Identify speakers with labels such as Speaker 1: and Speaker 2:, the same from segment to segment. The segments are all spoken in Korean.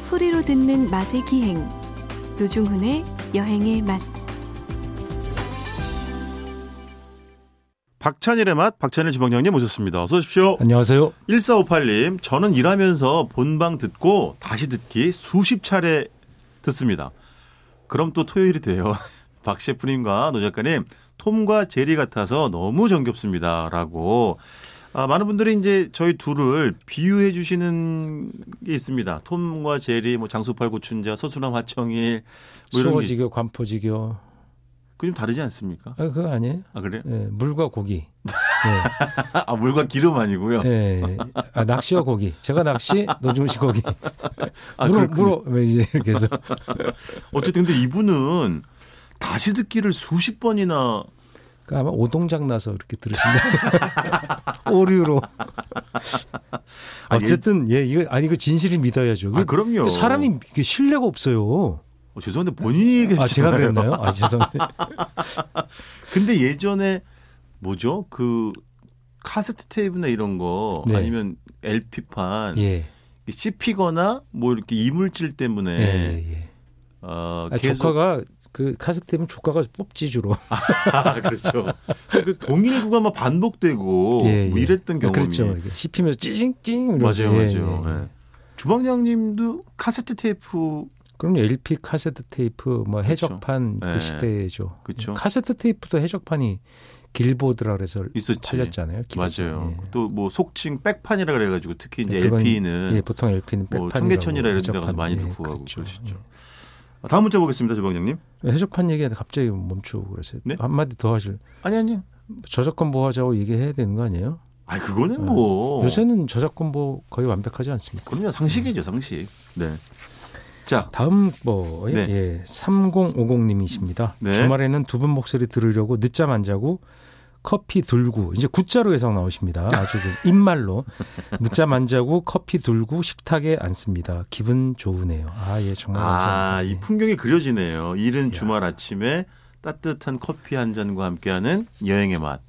Speaker 1: 소리로 듣는 맛의 기행 노중훈의 여행의 맛
Speaker 2: 박찬일의 맛, 박찬일 주방장님 모셨습니다. 어서 오십시오.
Speaker 3: 안녕하세요.
Speaker 2: 1458님, 저는 일하면서 본방 듣고 다시 듣기 수십 차례 듣습니다. 그럼 또 토요일이 돼요. 박 셰프님과 노 작가님, 톰과 제리 같아서 너무 정겹습니다. 라고. 아, 많은 분들이 이제 저희 둘을 비유해 주시는 게 있습니다. 톰과 제리, 뭐 장소팔 고춘자, 서수남 화청일, 뭐 이런 게.
Speaker 3: 수어지교, 관포지교.
Speaker 2: 그게 좀 다르지 않습니까?
Speaker 3: 아, 그거 아니에요?
Speaker 2: 아, 그래요?
Speaker 3: 예, 물과 고기.
Speaker 2: 아, 물과 기름 아니고요.
Speaker 3: 예, 예. 아, 낚시와 고기. 제가 낚시, 노중훈 씨 고기.
Speaker 2: 아,
Speaker 3: 물어,
Speaker 2: 그렇군요.
Speaker 3: 물어. 왜 이제 이렇게 해서.
Speaker 2: 어쨌든 근데 이분은 다시 듣기를 수십 번이나
Speaker 3: 그러니까 아마 오동작 나서 이렇게 들으신다. 오류로.
Speaker 2: 아,
Speaker 3: 어쨌든, 예, 이거, 아니, 이거 진실을 믿어야죠.
Speaker 2: 아, 그럼요.
Speaker 3: 사람이 이게 신뢰가 없어요.
Speaker 2: 어, 죄송한데 본인이 얘기했잖아요.
Speaker 3: 아, 제가 그랬나요? 아, 죄송해요.
Speaker 2: 근데 예전에 뭐죠? 그 카세트 테이프나 이런 거
Speaker 3: 네.
Speaker 2: 아니면 LP판
Speaker 3: 예.
Speaker 2: 씹히거나 뭐 이렇게 이물질 때문에
Speaker 3: 예, 예, 예.
Speaker 2: 어,
Speaker 3: 아,
Speaker 2: 네. 계속
Speaker 3: 조카가, 그 카세트 때문에 조카가 뽑지 주로.
Speaker 2: 아, 그렇죠. 그 동일구가 막 반복되고
Speaker 3: 예,
Speaker 2: 뭐
Speaker 3: 예.
Speaker 2: 이랬던
Speaker 3: 아,
Speaker 2: 경험이
Speaker 3: 그렇죠. 이게 씹히면서 찌징찌징. 이러면서.
Speaker 2: 맞아요,
Speaker 3: 예,
Speaker 2: 맞아요.
Speaker 3: 예, 예.
Speaker 2: 예. 주방장님도 카세트 테이프
Speaker 3: 그럼 LP 카세트 테이프 뭐 해적판 그
Speaker 2: 네.
Speaker 3: 시대죠.
Speaker 2: 그쵸.
Speaker 3: 카세트 테이프도 해적판이 길보드라 그래서
Speaker 2: 있었지.
Speaker 3: 팔렸잖아요. 길에서.
Speaker 2: 맞아요.
Speaker 3: 예.
Speaker 2: 또 뭐 속칭 백판이라 그래가지고 특히 이제
Speaker 3: 예, 그건,
Speaker 2: LP는
Speaker 3: 예, 보통 LP는
Speaker 2: 뭐
Speaker 3: 백판이라고
Speaker 2: 청계천이라 이런 데 가서
Speaker 3: 해적판.
Speaker 2: 많이들
Speaker 3: 예,
Speaker 2: 구하고
Speaker 3: 그렇죠.
Speaker 2: 그러시죠. 아, 다음 문자 보겠습니다, 주방장님.
Speaker 3: 예. 해적판 얘기하는데 갑자기 멈추고 그랬어요.
Speaker 2: 네?
Speaker 3: 한마디 더 하실.
Speaker 2: 아니 아니요.
Speaker 3: 저작권 보호하자고 얘기해야 되는 거 아니에요?
Speaker 2: 아 그거는 뭐
Speaker 3: 요새는 저작권 보호 거의 완벽하지 않습니까?
Speaker 2: 그럼요 상식이죠 상식. 네. 자
Speaker 3: 다음 뭐
Speaker 2: 네.
Speaker 3: 예, 3050님이십니다.
Speaker 2: 네.
Speaker 3: 주말에는 두 분 목소리 들으려고 늦잠 안 자고 커피 들고 이제 구자로 해석 나오십니다. 아주 그 입말로 늦잠 안 자고 커피 들고 식탁에 앉습니다. 기분 좋으네요. 아 예 정말
Speaker 2: 아,
Speaker 3: 감사합니다.
Speaker 2: 이
Speaker 3: 예.
Speaker 2: 풍경이 그려지네요. 이른 주말 아침에 따뜻한 커피 한 잔과 함께하는 여행의 맛.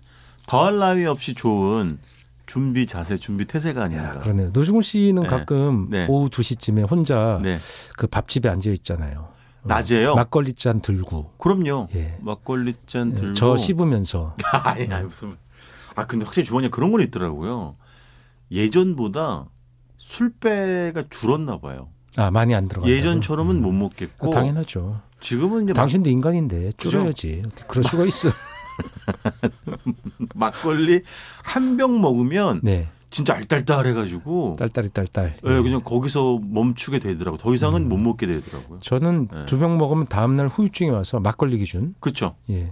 Speaker 2: 더할 나위 없이 좋은 준비 자세, 준비 태세가
Speaker 3: 야, 그러니까.
Speaker 2: 아닌가.
Speaker 3: 그러네요. 노중훈 씨는
Speaker 2: 네.
Speaker 3: 가끔
Speaker 2: 네.
Speaker 3: 오후 2시쯤에 혼자
Speaker 2: 네.
Speaker 3: 그 밥집에 앉아 있잖아요. 어,
Speaker 2: 낮에요?
Speaker 3: 막걸리 잔 들고
Speaker 2: 그럼요.
Speaker 3: 예.
Speaker 2: 막걸리 잔 들고.
Speaker 3: 저 씹으면서
Speaker 2: 아니, 아니 무슨 아 근데 확실히 주원이 그런 건 있더라고요. 예전보다 술배가 줄었나 봐요.
Speaker 3: 아 많이 안 들어가.
Speaker 2: 예전처럼은 못 먹겠고
Speaker 3: 음. 당연하죠.
Speaker 2: 지금은 이제
Speaker 3: 예, 당신도 인간인데 줄여야지. 어떻게 그럴 수가 있어.
Speaker 2: 막, 막걸리 한 병 먹으면
Speaker 3: 네.
Speaker 2: 진짜 알딸딸해가지고
Speaker 3: 딸딸이 딸딸.
Speaker 2: 예, 그냥 거기서 멈추게 되더라고. 요더
Speaker 3: 음.
Speaker 2: 이상은 못 먹게 되더라고요.
Speaker 3: 저는
Speaker 2: 네.
Speaker 3: 두 병 먹으면 다음날 후유증이 와서 막걸리 기준.
Speaker 2: 그렇죠.
Speaker 3: 예.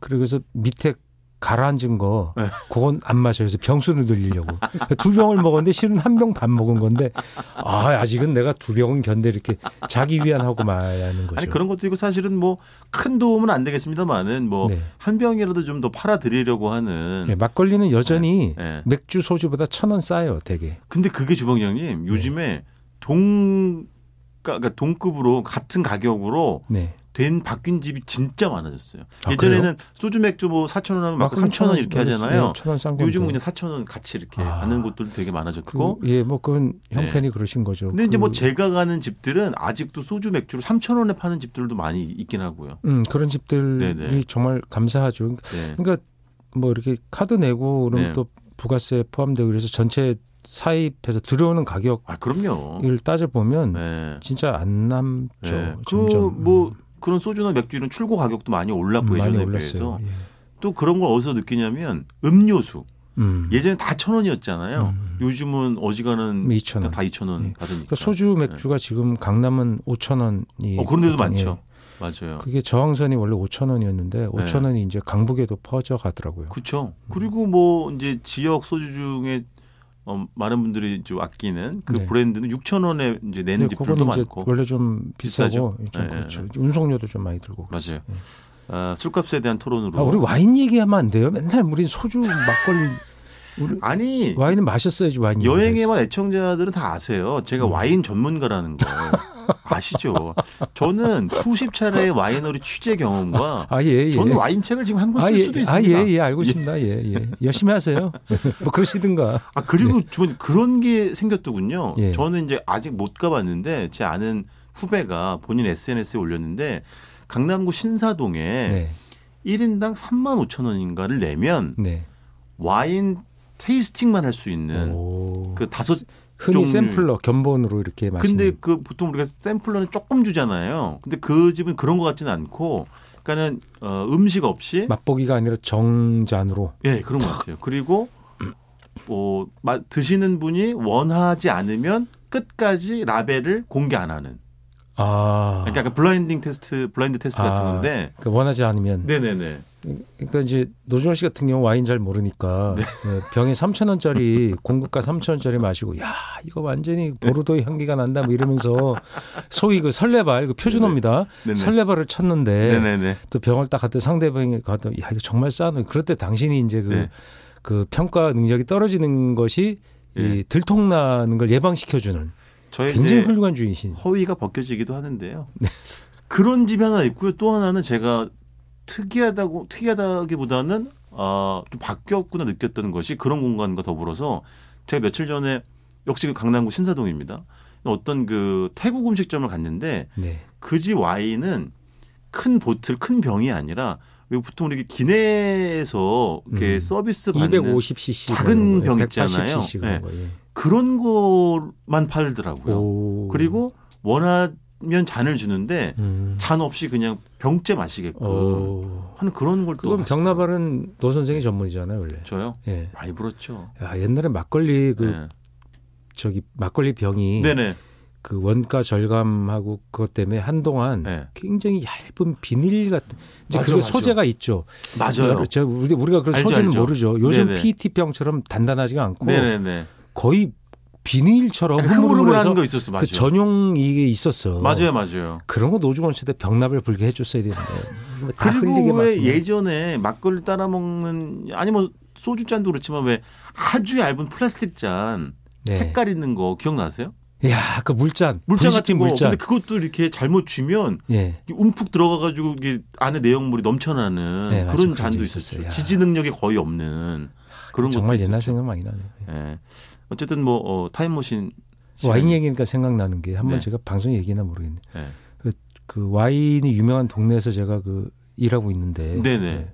Speaker 3: 그래서 밑에 가라앉은 거,
Speaker 2: 예.
Speaker 3: 그건 안 마셔요. 그래서 병수를 늘리려고. 그러니까 두 병을 먹었는데 실은 한 병 반 먹은 건데, 아, 아직은 내가 두 병은 견뎌 이렇게 자기 위안하고 말하는 거죠.
Speaker 2: 아니 그런 것도 있고 사실은 뭐 큰 도움은 안 되겠습니다만은 뭐 한
Speaker 3: 네.
Speaker 2: 병이라도 좀 더 팔아드리려고 하는.
Speaker 3: 예, 막걸리는 여전히
Speaker 2: 예.
Speaker 3: 맥주 소주보다 천 원 싸요, 되게.
Speaker 2: 근데 그게 주방장님
Speaker 3: 네.
Speaker 2: 요즘에 동 그러니까 동급으로 같은 가격으로
Speaker 3: 네.
Speaker 2: 된 바뀐 집이 진짜 많아졌어요.
Speaker 3: 아,
Speaker 2: 예전에는 소주 맥주 뭐 4천 원 하면 막 3천 원 이렇게 하잖아요.
Speaker 3: 네, 천원싼 건.
Speaker 2: 요즘은 그냥 4천 원 같이 이렇게
Speaker 3: 아.
Speaker 2: 하는 곳들 되게
Speaker 3: 그,
Speaker 2: 많아졌고.
Speaker 3: 예, 뭐 그건
Speaker 2: 네.
Speaker 3: 형편이 그러신 거죠.
Speaker 2: 근데 이제 뭐
Speaker 3: 그-
Speaker 2: 제가 가는 집들은 아직도 소주 맥주로 3천 원에 파는 집들도 많이 있긴 하고요.
Speaker 3: 음, 그런 집들이
Speaker 2: 네네.
Speaker 3: 정말 감사하죠.
Speaker 2: 네.
Speaker 3: 그러니까 뭐 이렇게 카드 내고 그러면
Speaker 2: 네.
Speaker 3: 또 부가세 포함되고 그래서 전체 사입해서 들어오는 가격을
Speaker 2: 아 그럼요.
Speaker 3: 따져 보면
Speaker 2: 네.
Speaker 3: 진짜 안 남죠.
Speaker 2: 네.
Speaker 3: 점점
Speaker 2: 그뭐 그런 소주나 맥주 이런 출고 가격도 많이 올랐고
Speaker 3: 음, 많이
Speaker 2: 예전에 비해서
Speaker 3: 올랐어요. 예.
Speaker 2: 또 그런 걸 어디서 느끼냐면 음료수
Speaker 3: 음.
Speaker 2: 예전에 다 천 원이었잖아요. 요즘은 어지간한
Speaker 3: 2,000 음. 뭐 원.
Speaker 2: 다 2천 원
Speaker 3: 예.
Speaker 2: 받으니까. 네.
Speaker 3: 그러니까 소주 맥주가 지금 강남은 5천 원이
Speaker 2: 어, 그런 데도
Speaker 3: 보통,
Speaker 2: 많죠. 네.
Speaker 3: 예.
Speaker 2: 맞아요.
Speaker 3: 그게 저항선이 원래 5천 원이었는데 5천 원이 이제 강북에도 퍼져 가더라고요.
Speaker 2: 그렇죠.
Speaker 3: 음.
Speaker 2: 그리고 뭐 이제 지역 소주 중에 어, 많은 분들이 좀 아끼는 그
Speaker 3: 네.
Speaker 2: 브랜드는 6천 원에 이제 내는
Speaker 3: 네,
Speaker 2: 집들도
Speaker 3: 그거는 이제
Speaker 2: 많고.
Speaker 3: 원래 좀 비싸고
Speaker 2: 비싸죠.
Speaker 3: 좀
Speaker 2: 예,
Speaker 3: 그렇죠.
Speaker 2: 예,
Speaker 3: 운송료도 좀 많이 들고. 그래요.
Speaker 2: 맞아요. 아, 술값에 대한 토론으로.
Speaker 3: 네. 아, 우리 와인 얘기하면 안 돼요. 맨날 우리 소주 막걸리 우리
Speaker 2: 아니
Speaker 3: 와인은 마셨어야지 와인. 얘기를 음.
Speaker 2: 여행에만 애청자들은 다 아세요. 제가 와인 전문가라는 거. 아시죠? 저는 수십 차례의 와이너리 취재 경험과
Speaker 3: 아, 예, 예.
Speaker 2: 저는 와인책을 지금 한 권 쓸
Speaker 3: 예,
Speaker 2: 수도 있습니다.
Speaker 3: 아, 예, 예, 알고 있습니다. 예, 예. 열심히 하세요. 뭐 그러시든가.
Speaker 2: 아 그리고 주변에 그런 게 생겼더군요.
Speaker 3: 네. 예.
Speaker 2: 저는 이제 아직 못 가봤는데 제 아는 후배가 본인 SNS에 올렸는데 강남구 신사동에
Speaker 3: 네.
Speaker 2: 1인당 3만 5천 원인가를 내면
Speaker 3: 네.
Speaker 2: 와인 테이스팅만 할 수 있는
Speaker 3: 오.
Speaker 2: 그 다섯
Speaker 3: 흔히
Speaker 2: 종류.
Speaker 3: 샘플러 견본으로 이렇게 마시는.
Speaker 2: 근데 그 보통 우리가 샘플러는 조금 주잖아요. 근데 그 집은 그런 것 같지는 않고 그러니까는 어, 음식 없이
Speaker 3: 맛보기가 아니라 정잔으로.
Speaker 2: 예, 그런 것 같아요. 그리고 뭐 마- 드시는 분이 원하지 않으면 끝까지 라벨을 공개 안 하는.
Speaker 3: 아.
Speaker 2: 그러니까 약간 블라인딩 테스트, 블라인드 테스트 같은
Speaker 3: 아,
Speaker 2: 건데.
Speaker 3: 그러니까 원하지 않으면.
Speaker 2: 네네네.
Speaker 3: 그러니까 이제 노준호 씨 같은 경우 와인 잘 모르니까 네, 병에 3천 원짜리 공급가 3천 원짜리 마시고 야 이거
Speaker 2: 네.
Speaker 3: 완전히 보르도의 향기가 난다 뭐 이러면서 소위 그 설레발 그 표준어입니다.
Speaker 2: 네네.
Speaker 3: 설레발을 쳤는데
Speaker 2: 네네네.
Speaker 3: 또 병을 딱 갔더니 상대방이 가도 야 이거 정말 싸네. 그럴 때 당신이 이제 그,
Speaker 2: 네.
Speaker 3: 그 평가 능력이 떨어지는 것이
Speaker 2: 예. 네,
Speaker 3: 이 들통나는 걸 예방시켜주는
Speaker 2: 저의
Speaker 3: 굉장히
Speaker 2: 이제
Speaker 3: 훌륭한 네. 주인이신.
Speaker 2: 허위가 벗겨지기도 하는데요. 그런 집이 하나 있고요. 또 하나는 제가 특이하다고 특이하다기보다는 아, 좀 바뀌었구나 느꼈던 것이 그런 공간과 더불어서 제가 며칠 전에 역시 그 강남구 신사동입니다. 어떤 그 태국 음식점을 갔는데
Speaker 3: 네.
Speaker 2: 그 집 와인은 큰 보틀, 큰 병이 아니라 왜 보통 이렇게 기내에서 이렇게
Speaker 3: 음.
Speaker 2: 서비스 받는
Speaker 3: 250cc
Speaker 2: 작은 병 있잖아요. 네.
Speaker 3: 180cc 그런 거. 예.
Speaker 2: 그런 것만 팔더라고요.
Speaker 3: 오.
Speaker 2: 그리고 원하면 잔을 주는데
Speaker 3: 음.
Speaker 2: 잔 없이 그냥 병째 마시게끔
Speaker 3: 어.
Speaker 2: 하는 그런 걸 또.
Speaker 3: 그건 병나발은 노 선생이 전문이잖아요, 원래.
Speaker 2: 저요?
Speaker 3: 예.
Speaker 2: 많이 불었죠.
Speaker 3: 야, 옛날에 막걸리 그
Speaker 2: 네.
Speaker 3: 저기 막걸리 병이
Speaker 2: 네네.
Speaker 3: 그 원가 절감하고 그것 때문에 한동안
Speaker 2: 네.
Speaker 3: 굉장히 얇은 비닐 같은 이제
Speaker 2: 맞아,
Speaker 3: 그
Speaker 2: 맞아.
Speaker 3: 소재가 있죠.
Speaker 2: 맞아요.
Speaker 3: 여러- 저 우리- 우리가 그런
Speaker 2: 알죠,
Speaker 3: 소재는
Speaker 2: 알죠.
Speaker 3: 모르죠. 요즘
Speaker 2: 네네.
Speaker 3: PET 병처럼 단단하지가 않고
Speaker 2: 네네네.
Speaker 3: 거의 비닐처럼
Speaker 2: 흐물흐물한
Speaker 3: 흐물흐물해서
Speaker 2: 거 있었어. 맞아요.
Speaker 3: 그 전용 이게 있었어.
Speaker 2: 맞아요, 맞아요.
Speaker 3: 그런 거 노중원 시대 병납을 불게 해줬어야 되는데 뭐다 흘리게
Speaker 2: 그리고
Speaker 3: 막
Speaker 2: 왜 예전에 막걸리 따라 먹는 아니 뭐 소주 잔도 그렇지만 왜 아주 얇은 플라스틱 잔
Speaker 3: 네.
Speaker 2: 색깔 있는 거 기억나세요?
Speaker 3: 야, 그 물잔,
Speaker 2: 물잔
Speaker 3: 분식집
Speaker 2: 같은 거.
Speaker 3: 물잔.
Speaker 2: 근데 그 그것도 이렇게 잘못 쥐면
Speaker 3: 예.
Speaker 2: 이게 움푹 들어가가지고 이게 안에 내용물이 넘쳐나는
Speaker 3: 네,
Speaker 2: 그런
Speaker 3: 맞아요. 그런
Speaker 2: 잔도
Speaker 3: 적
Speaker 2: 있었어요.
Speaker 3: 있었어요. 야.
Speaker 2: 지지 능력이 거의 없는 그런 것도
Speaker 3: 정말
Speaker 2: 있었죠.
Speaker 3: 옛날 생각 많이 나네요.
Speaker 2: 예. 어쨌든 뭐 어, 타임머신
Speaker 3: 와인
Speaker 2: 시간이-
Speaker 3: 얘기니까 생각나는 게 한번
Speaker 2: 네.
Speaker 3: 제가 방송 얘기나 모르겠네.
Speaker 2: 예.
Speaker 3: 그 와인이 유명한 동네에서 제가 그 일하고 있는데
Speaker 2: 네네.
Speaker 3: 예.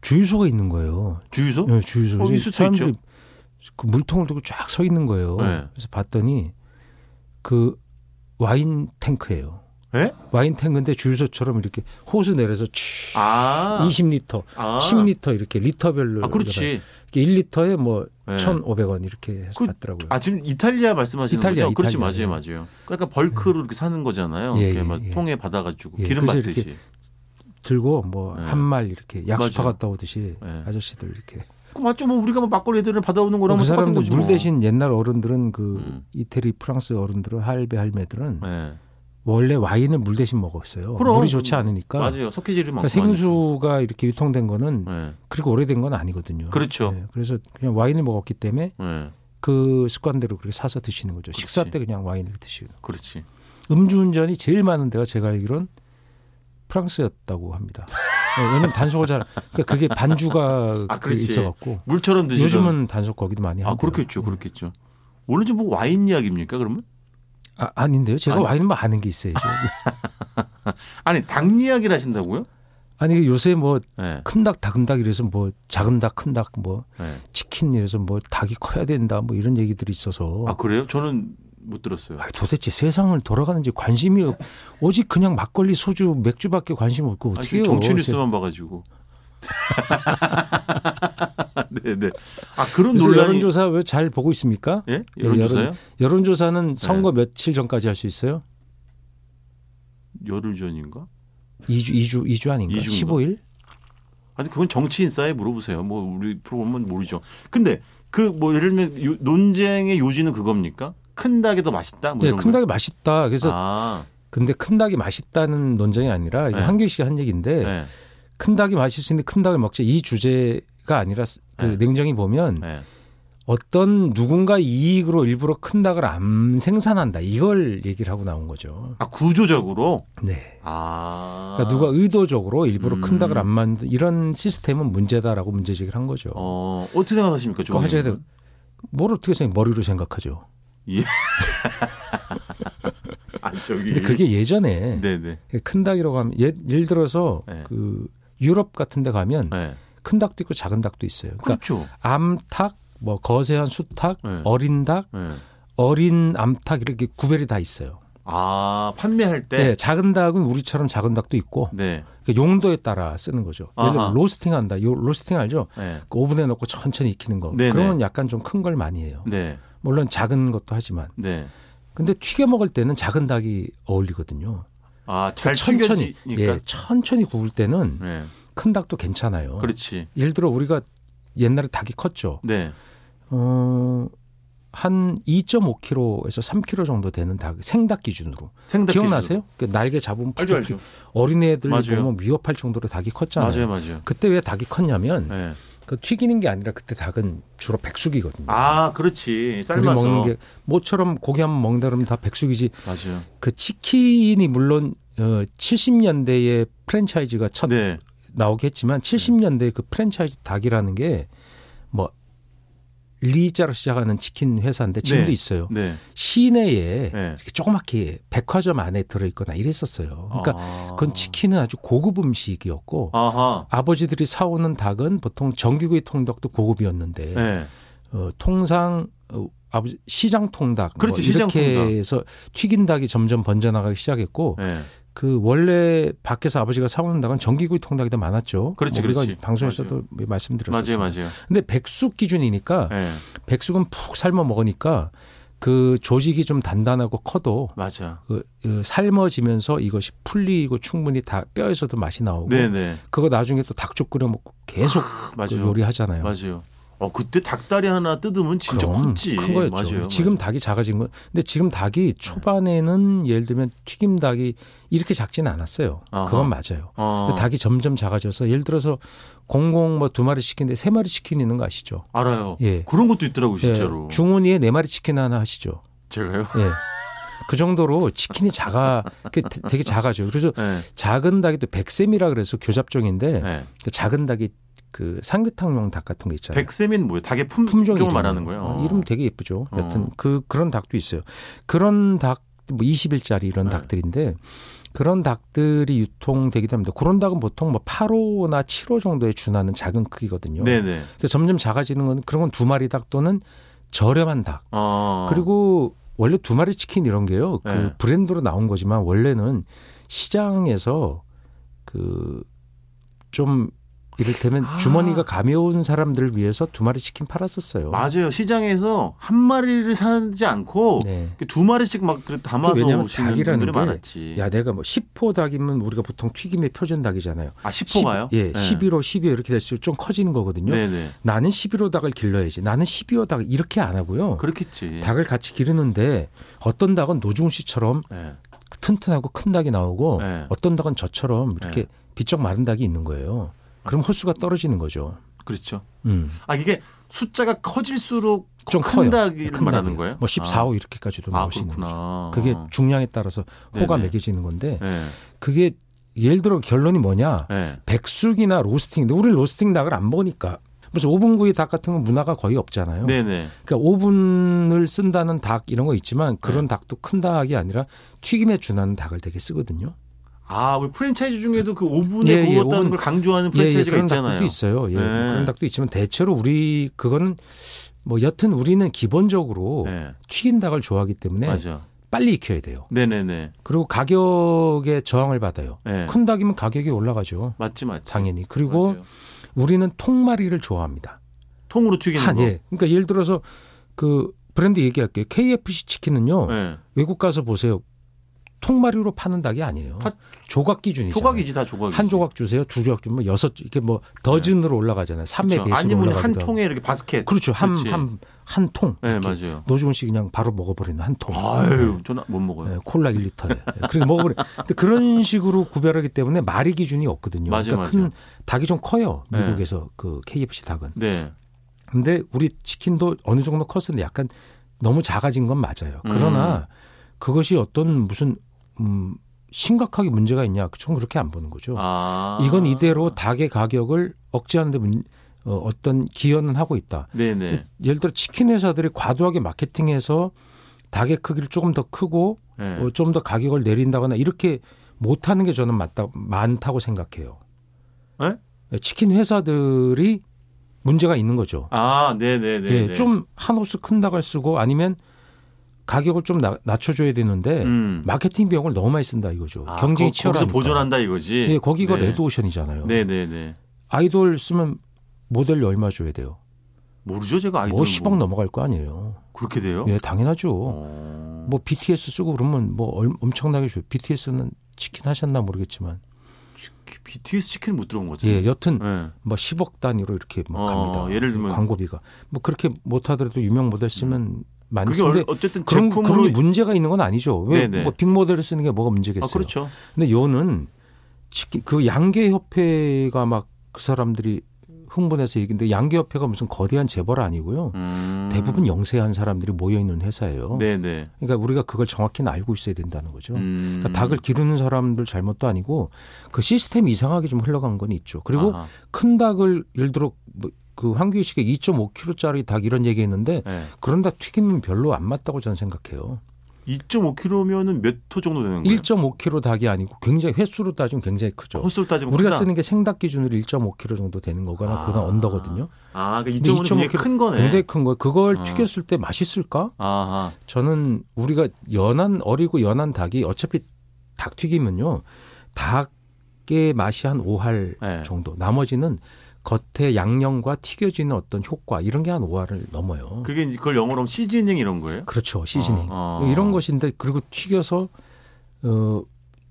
Speaker 3: 주유소가 있는 거예요.
Speaker 2: 주유소?
Speaker 3: 예, 주유소.
Speaker 2: 어, 있을 수
Speaker 3: 사람들이 그 물통을 들고 쫙 서 있는 거예요.
Speaker 2: 네.
Speaker 3: 그래서 봤더니 그 와인 탱크예요.
Speaker 2: 예?
Speaker 3: 와인 탱크인데 주유소처럼 이렇게 호수 내려서 쭉
Speaker 2: 아,
Speaker 3: 20리터,
Speaker 2: 아.
Speaker 3: 10리터 이렇게 리터별로
Speaker 2: 아 그렇지.
Speaker 3: 이렇게 1리터에 뭐
Speaker 2: 예.
Speaker 3: 1,500원 이렇게 해서
Speaker 2: 그-
Speaker 3: 받더라고요.
Speaker 2: 아 지금 이탈리아 말씀하시는
Speaker 3: 이탈리아,
Speaker 2: 거죠? 그렇지 맞아요,
Speaker 3: 이탈리아,
Speaker 2: 맞아요. 그러니까 벌크로 이렇게 사는 거잖아요.
Speaker 3: 예,
Speaker 2: 이렇게
Speaker 3: 예,
Speaker 2: 막
Speaker 3: 예.
Speaker 2: 통에 받아가지고
Speaker 3: 예,
Speaker 2: 기름
Speaker 3: 그래서
Speaker 2: 받듯이.
Speaker 3: 들고 뭐
Speaker 2: 네.
Speaker 3: 한 말 이렇게 약수터
Speaker 2: 맞아요.
Speaker 3: 갔다 오듯이
Speaker 2: 네.
Speaker 3: 아저씨들 이렇게
Speaker 2: 그 맞죠? 뭐 우리가 뭐 막걸리 애들을 받아오는 거랑
Speaker 3: 그
Speaker 2: 뭐 똑같은
Speaker 3: 사람들
Speaker 2: 거지.
Speaker 3: 물
Speaker 2: 뭐.
Speaker 3: 대신 옛날 어른들은 그
Speaker 2: 음.
Speaker 3: 이태리 프랑스 어른들은 할배 할매들은
Speaker 2: 예.
Speaker 3: 원래 와인을 물 대신 먹었어요.
Speaker 2: 그럼.
Speaker 3: 물이 좋지 않으니까
Speaker 2: 맞아요. 석회질이 많고.
Speaker 3: 그러니까 생수가 이렇게 유통된 거는
Speaker 2: 많이. 예.
Speaker 3: 그렇게 오래된 건 아니거든요.
Speaker 2: 그렇죠.
Speaker 3: 네, 그래서 그냥 와인을 먹었기 때문에
Speaker 2: 예.
Speaker 3: 그 습관대로 그렇게 사서 드시는 거죠.
Speaker 2: 그렇지.
Speaker 3: 식사 때 그냥 와인을 드시는.
Speaker 2: 그렇지.
Speaker 3: 음주운전이 제일 많은 데가 제가 알기론 프랑스였다고 합니다. 네, 왜냐면 단속을 잘, 그러니까 그게 반주가
Speaker 2: 아,
Speaker 3: 그
Speaker 2: 그렇지.
Speaker 3: 있어갖고
Speaker 2: 물처럼 드시는.
Speaker 3: 요즘은 예. 단속 거기도 많이 하고
Speaker 2: 아 그렇겠죠, 그렇겠죠. 오늘 지금 뭐 와인 이야기입니까? 그러면?
Speaker 3: 아, 아닌데요. 제가
Speaker 2: 아니.
Speaker 3: 와인 뭐 아는 게 있어야죠.
Speaker 2: 아니 당 이야기를 하신다고요?
Speaker 3: 아니 요새 뭐
Speaker 2: 예.
Speaker 3: 큰닭 작은닭 이래서 뭐 작은닭 큰닭 뭐
Speaker 2: 예.
Speaker 3: 치킨 이래서 뭐 닭이 커야 된다 뭐 이런 얘기들이 있어서
Speaker 2: 아 그래요? 저는 못 들었어요.
Speaker 3: 아니, 도대체 세상을 돌아가는지 관심이 없, 오직 그냥 막걸리 소주 맥주밖에 관심 없고
Speaker 2: 아니,
Speaker 3: 어떻게
Speaker 2: 지금
Speaker 3: 해요?
Speaker 2: 정치 뉴스만 봐가지고. 네네. 아 그런
Speaker 3: 그래서
Speaker 2: 논란이.
Speaker 3: 여론조사 네, 왜 잘 보고 있습니까?
Speaker 2: 예? 여론조사요? 네.
Speaker 3: 여론조사는 선거 며칠 전까지 할 수 있어요?
Speaker 2: 열흘 전인가?
Speaker 3: 2주, 2주, 2주 아닌가?
Speaker 2: 2주인가?
Speaker 3: 15일?
Speaker 2: 아니 그건 정치인 싸에 물어보세요. 뭐 우리 프로그램은 모르죠. 근데 그 뭐 예를 들면 요- 논쟁의 요지는 그겁니까? 큰 닭이 더 맛있다. 뭐
Speaker 3: 네,
Speaker 2: 이런
Speaker 3: 큰
Speaker 2: 거예요?
Speaker 3: 닭이 맛있다. 그래서
Speaker 2: 아,
Speaker 3: 근데 큰 닭이 맛있다는 논쟁이 아니라 이게
Speaker 2: 네.
Speaker 3: 한규 씨가 한 얘기인데
Speaker 2: 네.
Speaker 3: 큰 닭이 마실 수 있는데 큰 닭을 먹자 이 주제가 아니라 그
Speaker 2: 네.
Speaker 3: 냉정히 보면
Speaker 2: 네.
Speaker 3: 어떤 누군가 이익으로 일부러 큰 닭을 안 생산한다. 이걸 얘기를 하고 나온 거죠.
Speaker 2: 아, 구조적으로.
Speaker 3: 네.
Speaker 2: 아.
Speaker 3: 그러니까 누가 의도적으로 일부러
Speaker 2: 음.
Speaker 3: 큰 닭을 안 만든 이런 시스템은 문제다라고 문제 제기를 한 거죠.
Speaker 2: 어, 어떻게 생각하십니까?
Speaker 3: 그거 하셔야 돼요.
Speaker 2: 조원님?
Speaker 3: 뭘 어떻게 생각? 머리로 생각하죠.
Speaker 2: 예. 아, 저기.
Speaker 3: 근데 그게 예전에
Speaker 2: 네네.
Speaker 3: 큰 닭이라고 하면 예, 예를 들어서
Speaker 2: 네.
Speaker 3: 그 유럽 같은 데 가면
Speaker 2: 네.
Speaker 3: 큰 닭도 있고 작은 닭도 있어요.
Speaker 2: 그렇
Speaker 3: 그러니까
Speaker 2: 죠
Speaker 3: 암탉, 뭐 거세한 수탉,
Speaker 2: 네.
Speaker 3: 어린 닭,
Speaker 2: 네.
Speaker 3: 어린 암탉 이렇게 구별이 다 있어요.
Speaker 2: 아, 판매할
Speaker 3: 네.
Speaker 2: 때.
Speaker 3: 작은 닭은 우리처럼 작은 닭도 있고
Speaker 2: 네.
Speaker 3: 그 용도에 따라 쓰는 거죠. 예를 들어
Speaker 2: 아하.
Speaker 3: 로스팅한다. 요 로스팅 알죠?
Speaker 2: 네.
Speaker 3: 그 오븐에 넣고 천천히 익히는 거.
Speaker 2: 네네.
Speaker 3: 그런 건 약간 좀 큰 걸 많이 해요.
Speaker 2: 네.
Speaker 3: 물론 작은 것도 하지만.
Speaker 2: 네.
Speaker 3: 근데 튀겨 먹을 때는 작은 닭이 어울리거든요.
Speaker 2: 아, 잘
Speaker 3: 천천히
Speaker 2: 튀겨지니까.
Speaker 3: 예, 천천히 구울 때는
Speaker 2: 네.
Speaker 3: 큰 닭도 괜찮아요.
Speaker 2: 그렇지.
Speaker 3: 예를 들어 우리가 옛날에 닭이 컸죠.
Speaker 2: 네.
Speaker 3: 어, 한 2.5kg에서 3kg 정도 되는 닭 생닭 기준으로
Speaker 2: 생닭
Speaker 3: 기억나세요? 그 날개 잡으면
Speaker 2: 기준. 알죠,
Speaker 3: 푸들푸들
Speaker 2: 알죠.
Speaker 3: 어린애들
Speaker 2: 맞아요.
Speaker 3: 보면 위협할 정도로 닭이 컸잖아요.
Speaker 2: 맞아요, 맞아요.
Speaker 3: 그때 왜 닭이 컸냐면
Speaker 2: 네.
Speaker 3: 그 튀기는 게 아니라 그때 닭은 주로 백숙이거든요.
Speaker 2: 아, 그렇지.
Speaker 3: 우리
Speaker 2: 삶아서.
Speaker 3: 먹는 게 모처럼 고기 한번 먹다 그러면 다 백숙이지.
Speaker 2: 맞아요.
Speaker 3: 그 치킨이 물론 어, 70년대에 프랜차이즈가 첫
Speaker 2: 네.
Speaker 3: 나오게 했지만 70년대 그 프랜차이즈 닭이라는 게 뭐 리자로 시작하는 치킨 회사인데 지금도
Speaker 2: 네.
Speaker 3: 있어요.
Speaker 2: 네.
Speaker 3: 시내에
Speaker 2: 네.
Speaker 3: 이렇게 조그맣게 백화점 안에 들어있거나 이랬었어요. 그러니까
Speaker 2: 아.
Speaker 3: 그건 치킨은 아주 고급 음식이었고
Speaker 2: 아하.
Speaker 3: 아버지들이 사오는 닭은 보통 정규구이 통닭도 고급이었는데
Speaker 2: 네.
Speaker 3: 어, 통상 어, 아버지 시장 통닭
Speaker 2: 그렇지,
Speaker 3: 뭐 이렇게
Speaker 2: 시장 통닭.
Speaker 3: 해서 튀긴 닭이 점점 번져나가기 시작했고
Speaker 2: 네.
Speaker 3: 그 원래 밖에서 아버지가 사오는 닭은 전기구이 통닭이 더 많았죠. 뭐
Speaker 2: 그렇지,
Speaker 3: 우리가
Speaker 2: 그렇지.
Speaker 3: 방송에서도 뭐
Speaker 2: 맞아요,
Speaker 3: 말씀드렸어요.
Speaker 2: 맞아요.
Speaker 3: 근데 백숙 기준이니까
Speaker 2: 네.
Speaker 3: 백숙은 푹 삶아 먹으니까 그 조직이 좀 단단하고 커도
Speaker 2: 맞아.
Speaker 3: 그, 그 삶아지면서 이것이 풀리고 충분히 다 뼈에서도 맛이 나오고
Speaker 2: 네네.
Speaker 3: 그거 나중에 또 닭죽 끓여 먹고 어, 계속 그
Speaker 2: 맞아요.
Speaker 3: 요리하잖아요.
Speaker 2: 맞아요. 어 그때 닭다리 하나 뜯으면 진짜
Speaker 3: 그럼
Speaker 2: 컸지.
Speaker 3: 큰 거였죠.
Speaker 2: 맞아요.
Speaker 3: 지금
Speaker 2: 맞아요.
Speaker 3: 닭이 작아진 건 근데 지금 닭이 초반에는 예를 들면 튀김 닭이 이렇게 작지는 않았어요.
Speaker 2: 아하.
Speaker 3: 그건 맞아요.
Speaker 2: 어,
Speaker 3: 근데 닭이 점점 작아져서 예를 들어서 공공 뭐 두 마리 치킨인데 세 마리 치킨 있는 거 아시죠?
Speaker 2: 알아요.
Speaker 3: 예.
Speaker 2: 그런 것도 있더라고 어, 진짜로.
Speaker 3: 예, 중훈이에 네 마리 치킨 하나 하시죠.
Speaker 2: 제가요.
Speaker 3: 예. 그 정도로 치킨이 작아 이렇게 되- 되게 작아져요. 그래서
Speaker 2: 네.
Speaker 3: 작은 닭이 또 백샘이라 그래서 교잡종인데
Speaker 2: 네.
Speaker 3: 그 작은 닭이 그 삼계탕용 닭 같은 거 있잖아요.
Speaker 2: 백세민 뭐예요? 닭의 품,
Speaker 3: 품종이
Speaker 2: 종을 말하는 거예요. 어.
Speaker 3: 아, 이름 되게 예쁘죠.
Speaker 2: 어.
Speaker 3: 여튼 그 그런 닭도 있어요. 그런 닭 뭐 20일짜리 이런
Speaker 2: 네.
Speaker 3: 닭들인데 그런 닭들이 유통되기도 합니다. 그런 닭은 보통 뭐 8호나 7호 정도에 준하는 작은 크기거든요.
Speaker 2: 네네.
Speaker 3: 그래서 점점 작아지는 건 그런 건 두 마리 닭 또는 저렴한 닭.
Speaker 2: 어.
Speaker 3: 그리고 원래 두 마리 치킨 이런 게요. 그
Speaker 2: 네.
Speaker 3: 브랜드로 나온 거지만 원래는 시장에서 그 좀 이를테면
Speaker 2: 아.
Speaker 3: 주머니가 가벼운 사람들을 위해서 두 마리 치킨 팔았었어요.
Speaker 2: 맞아요. 시장에서 한 마리를 사지 않고
Speaker 3: 네.
Speaker 2: 이렇게 두 마리씩 막 그래 담아서
Speaker 3: 그게 왜냐면
Speaker 2: 오시는
Speaker 3: 닭이라는
Speaker 2: 분들이
Speaker 3: 게
Speaker 2: 많았지.
Speaker 3: 야, 내가 뭐 10호 닭이면 우리가 보통 튀김의 표준 닭이잖아요.
Speaker 2: 아 10호가요?
Speaker 3: 10 예, 11호, 12호 이렇게 될수록 좀 커지는 거거든요.
Speaker 2: 네네.
Speaker 3: 나는 11호 닭을 길러야지. 나는 12호 닭 이렇게 안 하고요.
Speaker 2: 그렇겠지.
Speaker 3: 어.
Speaker 2: 예.
Speaker 3: 닭을 같이 기르는데 어떤 닭은 노중 씨처럼
Speaker 2: 네.
Speaker 3: 튼튼하고 큰 닭이 나오고
Speaker 2: 네.
Speaker 3: 어떤 닭은 저처럼 이렇게
Speaker 2: 네.
Speaker 3: 비쩍 마른 닭이 있는 거예요. 그럼 호수가 떨어지는 거죠.
Speaker 2: 그렇죠.
Speaker 3: 음.
Speaker 2: 아 이게 숫자가 커질수록
Speaker 3: 좀
Speaker 2: 그 큰
Speaker 3: 커요.
Speaker 2: 닭이
Speaker 3: 큰
Speaker 2: 말하는
Speaker 3: 닭이에요.
Speaker 2: 거예요?
Speaker 3: 뭐 14호 이렇게까지도
Speaker 2: 아, 아
Speaker 3: 나올 수 있는 거죠.
Speaker 2: 그렇구나. 어.
Speaker 3: 그게 중량에 따라서 호가
Speaker 2: 네네.
Speaker 3: 매겨지는 건데
Speaker 2: 네.
Speaker 3: 그게 예를 들어 결론이 뭐냐?
Speaker 2: 네.
Speaker 3: 백숙이나 로스팅. 근데 우리 로스팅 닭을 안 먹으니까 무슨 오븐구이 닭 같은 건 문화가 거의 없잖아요.
Speaker 2: 네네.
Speaker 3: 그러니까 오븐을 쓴다는 닭 이런 거 있지만
Speaker 2: 네.
Speaker 3: 그런 닭도 큰 닭이 아니라 튀김에 준하는 닭을 되게 쓰거든요.
Speaker 2: 아, 우리 프랜차이즈 중에도 그 오븐에
Speaker 3: 예, 예,
Speaker 2: 구웠다는
Speaker 3: 오븐.
Speaker 2: 걸 강조하는
Speaker 3: 예, 예,
Speaker 2: 프랜차이즈가
Speaker 3: 그런
Speaker 2: 있잖아요.
Speaker 3: 닭도 있어요. 예,
Speaker 2: 네.
Speaker 3: 그런 닭도 있지만 대체로 우리 그거는 뭐 여튼 우리는 기본적으로
Speaker 2: 네.
Speaker 3: 튀긴 닭을 좋아하기 때문에
Speaker 2: 맞아.
Speaker 3: 빨리 익혀야 돼요.
Speaker 2: 네네네.
Speaker 3: 그리고 가격에 저항을 받아요.
Speaker 2: 네.
Speaker 3: 큰 닭이면 가격이 올라가죠.
Speaker 2: 맞지 맞지.
Speaker 3: 당연히. 그리고
Speaker 2: 맞아요.
Speaker 3: 우리는 통마리를 좋아합니다.
Speaker 2: 통으로 튀기는
Speaker 3: 한
Speaker 2: 거.
Speaker 3: 예. 그러니까 예를 들어서 그 브랜드 얘기할게요. KFC 치킨은요.
Speaker 2: 네.
Speaker 3: 외국 가서 보세요. 통마리로 파는 닭이 아니에요.
Speaker 2: 다
Speaker 3: 조각 기준이죠.
Speaker 2: 조각이지 다 조각이.
Speaker 3: 한 조각 주세요. 두 조각 주면 여섯 이게 뭐 더즌으로 올라가잖아요. 삼의
Speaker 2: 그렇죠.
Speaker 3: 배수로
Speaker 2: 아니면
Speaker 3: 올라가기도
Speaker 2: 한
Speaker 3: 하고.
Speaker 2: 통에 이렇게 바스켓.
Speaker 3: 그렇죠. 한
Speaker 2: 그렇지.
Speaker 3: 한 한통
Speaker 2: 네, 맞아요.
Speaker 3: 노중훈 씨 그냥 바로 먹어버리는 한 통.
Speaker 2: 아유, 저는 못 먹어요.
Speaker 3: 네, 콜라 1리터에. 그리고 먹어버리. 근데 그런 식으로 구별하기 때문에 말이 기준이 없거든요.
Speaker 2: 맞아요,
Speaker 3: 그러니까
Speaker 2: 맞아요.
Speaker 3: 큰 닭이 좀 커요.
Speaker 2: 네.
Speaker 3: 미국에서 그 KFC 닭은.
Speaker 2: 네.
Speaker 3: 근데 우리 치킨도 어느 정도 컸었는데 약간 너무 작아진 건 맞아요. 그러나
Speaker 2: 음.
Speaker 3: 그것이 어떤 무슨 음 심각하게 문제가 있냐? 저는 그렇게 안 보는 거죠.
Speaker 2: 아.
Speaker 3: 이건 이대로 닭의 가격을 억제하는데 문- 어, 어떤 기여는 하고 있다.
Speaker 2: 네네.
Speaker 3: 예를 들어 치킨 회사들이 과도하게 마케팅해서 닭의 크기를 조금 더 크고
Speaker 2: 네.
Speaker 3: 어, 좀 더 가격을 내린다거나 이렇게 못하는 게 저는 맞다 많다고 생각해요.
Speaker 2: 네?
Speaker 3: 치킨 회사들이 문제가 있는 거죠.
Speaker 2: 아, 네네네.
Speaker 3: 예, 좀 한 호스 큰 닭을 쓰고 아니면 가격을 좀 나- 낮춰줘야 되는데
Speaker 2: 음.
Speaker 3: 네. 마케팅 비용을 너무 많이 쓴다 이거죠.
Speaker 2: 아,
Speaker 3: 경쟁이
Speaker 2: 거-
Speaker 3: 치열하니까.
Speaker 2: 거기서 보존한다 이거지.
Speaker 3: 예, 거기가
Speaker 2: 네.
Speaker 3: 레드오션이잖아요.
Speaker 2: 네네네.
Speaker 3: 아이돌 쓰면 모델 얼마 줘야 돼요?
Speaker 2: 모르죠 제가 아이돌 뭐.
Speaker 3: 뭐 10억 넘어갈 거 아니에요.
Speaker 2: 그렇게 돼요?
Speaker 3: 예, 당연하죠.
Speaker 2: 어.
Speaker 3: 뭐 BTS 쓰고 그러면 뭐 얼- 엄청나게 줘요. BTS는 치킨 하셨나 모르겠지만
Speaker 2: BTS 그 치킨 못 들어온 거죠.
Speaker 3: 예, 여튼
Speaker 2: 네.
Speaker 3: 뭐 10억 단위로 이렇게 막
Speaker 2: 어,
Speaker 3: 갑니다.
Speaker 2: 예를 들면- 음.
Speaker 3: 광고비가 뭐 그렇게 못하더라도 유명 모델 쓰면 많이
Speaker 2: 그게
Speaker 3: 쓰는데
Speaker 2: 얼- 어쨌든
Speaker 3: 그런
Speaker 2: 제품으로
Speaker 3: 그런 게 문제가 있는 건 아니죠. 왜
Speaker 2: 네네.
Speaker 3: 뭐 빅모델을 쓰는 게 뭐가
Speaker 2: 아
Speaker 3: 문제겠어요.
Speaker 2: 그렇죠.
Speaker 3: 근데 요는 치킨 그 양계 협회가 막 그 사람들이 흥분해서 얘기인데 양계 협회가 무슨 거대한 재벌 아니고요.
Speaker 2: 음.
Speaker 3: 대부분 영세한 사람들이 모여 있는 회사예요.
Speaker 2: 네네.
Speaker 3: 그러니까 우리가 그걸 정확히는 알고 있어야 된다는 거죠.
Speaker 2: 음.
Speaker 3: 그러니까 닭을 기르는 사람들 잘못도 아니고 그 시스템 이상하게 좀 흘러간 건 있죠. 그리고
Speaker 2: 아하.
Speaker 3: 큰 닭을 예를 들어 뭐, 그 황교희 씨가 2.5kg짜리 닭 이런 얘기했는데
Speaker 2: 네.
Speaker 3: 그런다 튀김은 별로 안 맞다고 저는 생각해요.
Speaker 2: 2.5kg면은 몇 토 정도 되는 거예요?
Speaker 3: 1.5kg 닭이 아니고 굉장히 횟수로 따지면 굉장히 크죠.
Speaker 2: 호수를 따지면
Speaker 3: 우리가
Speaker 2: 크다.
Speaker 3: 쓰는 게 생닭 기준으로 1.5kg 정도 되는 거거나
Speaker 2: 아.
Speaker 3: 그건 언더거든요.
Speaker 2: 아, 그
Speaker 3: 근데
Speaker 2: 2.5는 굉장히
Speaker 3: 2.5kg
Speaker 2: 큰 거네.
Speaker 3: 굉장히 큰 거예요. 그걸
Speaker 2: 아.
Speaker 3: 튀겼을 때 맛있을까?
Speaker 2: 아하.
Speaker 3: 저는 우리가 연한 어리고 연한 닭이 어차피 닭 튀김은요 닭의 맛이 한 5할
Speaker 2: 네.
Speaker 3: 정도 나머지는 겉에 양념과 튀겨지는 어떤 효과 이런 게 한 5할을 넘어요. 그,
Speaker 2: 그게 이제 그걸 영어로 하면 시즈닝 이런 거예요?
Speaker 3: 렇죠 그렇죠. 시즈닝
Speaker 2: 어, 어.
Speaker 3: 이런 것인데 그리고 튀겨서 어,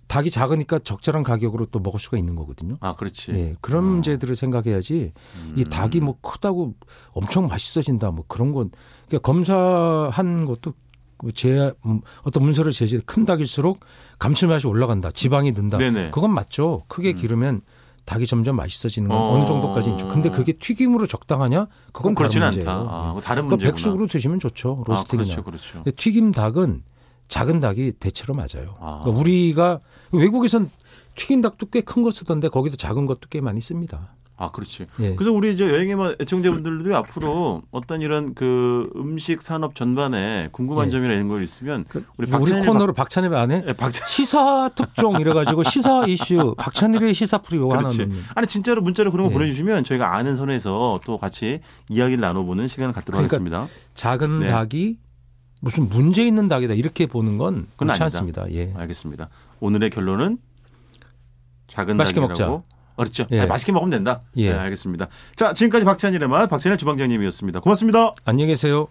Speaker 3: 닭이 작으니까 적절한 가격으로 또 먹을 수가 있는 거거든요.
Speaker 2: 아, 그렇지.
Speaker 3: 예, 그런
Speaker 2: 어.
Speaker 3: 문제들을 생각해야지 이
Speaker 2: 음.
Speaker 3: 닭이 뭐 크다고 엄청 맛있어진다 뭐 그런 건 그러니까 검사한 것도 그제 음, 어떤 문서를 제시해 큰 닭일수록 감칠맛이 올라간다 지방이 는다
Speaker 2: 네네.
Speaker 3: 그건 맞죠 크게
Speaker 2: 음.
Speaker 3: 기르면 닭이 점점 맛있어지는 건
Speaker 2: 어.
Speaker 3: 어... 느 정도까지 있죠 근데 그게 튀김으로 적당하냐
Speaker 2: 그건
Speaker 3: 그건
Speaker 2: 그렇진
Speaker 3: 다른
Speaker 2: 않다.
Speaker 3: 문제예요
Speaker 2: 아,
Speaker 3: 예.
Speaker 2: 그거 다른
Speaker 3: 그러니까
Speaker 2: 문제구나.
Speaker 3: 백숙으로 드시면 좋죠 로스팅이나 네.
Speaker 2: 아, 그렇죠, 그렇죠.
Speaker 3: 근데 튀김 닭은 작은 닭이 대체로 맞아요
Speaker 2: 아.
Speaker 3: 그러니까 우리가 외국에선 튀긴 닭도 꽤 큰 거 쓰던데 거기도 작은 것도 꽤 많이 씁니다
Speaker 2: 아, 그렇지.
Speaker 3: 예.
Speaker 2: 그래서 우리 이제 여행의 애청자분들도 앞으로 어떤 이런 그 음식 산업 전반에 궁금한
Speaker 3: 예.
Speaker 2: 점이나 이런 걸 있으면 그, 우리
Speaker 3: 그 우리,
Speaker 2: 박찬일
Speaker 3: 코너로 박찬일 안에
Speaker 2: 박, 예, 박찬
Speaker 3: 시사 특종 이래가지고 시사 이슈 박찬일의 시사 프리 요거 하나
Speaker 2: 그렇지.
Speaker 3: 넣는.
Speaker 2: 아니 진짜로 문자로 그런 거
Speaker 3: 예.
Speaker 2: 보내주시면 저희가 아는 선에서 또 같이 이야기를 나눠보는 시간을 갖도록
Speaker 3: 그러니까
Speaker 2: 하겠습니다.
Speaker 3: 작은
Speaker 2: 네.
Speaker 3: 닭이 무슨 문제 있는 닭이다 이렇게 보는 건
Speaker 2: 그건 아니다.
Speaker 3: 그렇지 않습니다. 예.
Speaker 2: 알겠습니다. 오늘의 결론은 작은
Speaker 3: 맛있게
Speaker 2: 닭이라고.
Speaker 3: 먹자.
Speaker 2: 그렇죠.
Speaker 3: 예.
Speaker 2: 아니, 맛있게 먹으면 된다.
Speaker 3: 예.
Speaker 2: 네, 알겠습니다. 자, 지금까지 박찬일의 맛 박찬일 주방장님이었습니다. 고맙습니다.
Speaker 3: 안녕히 계세요.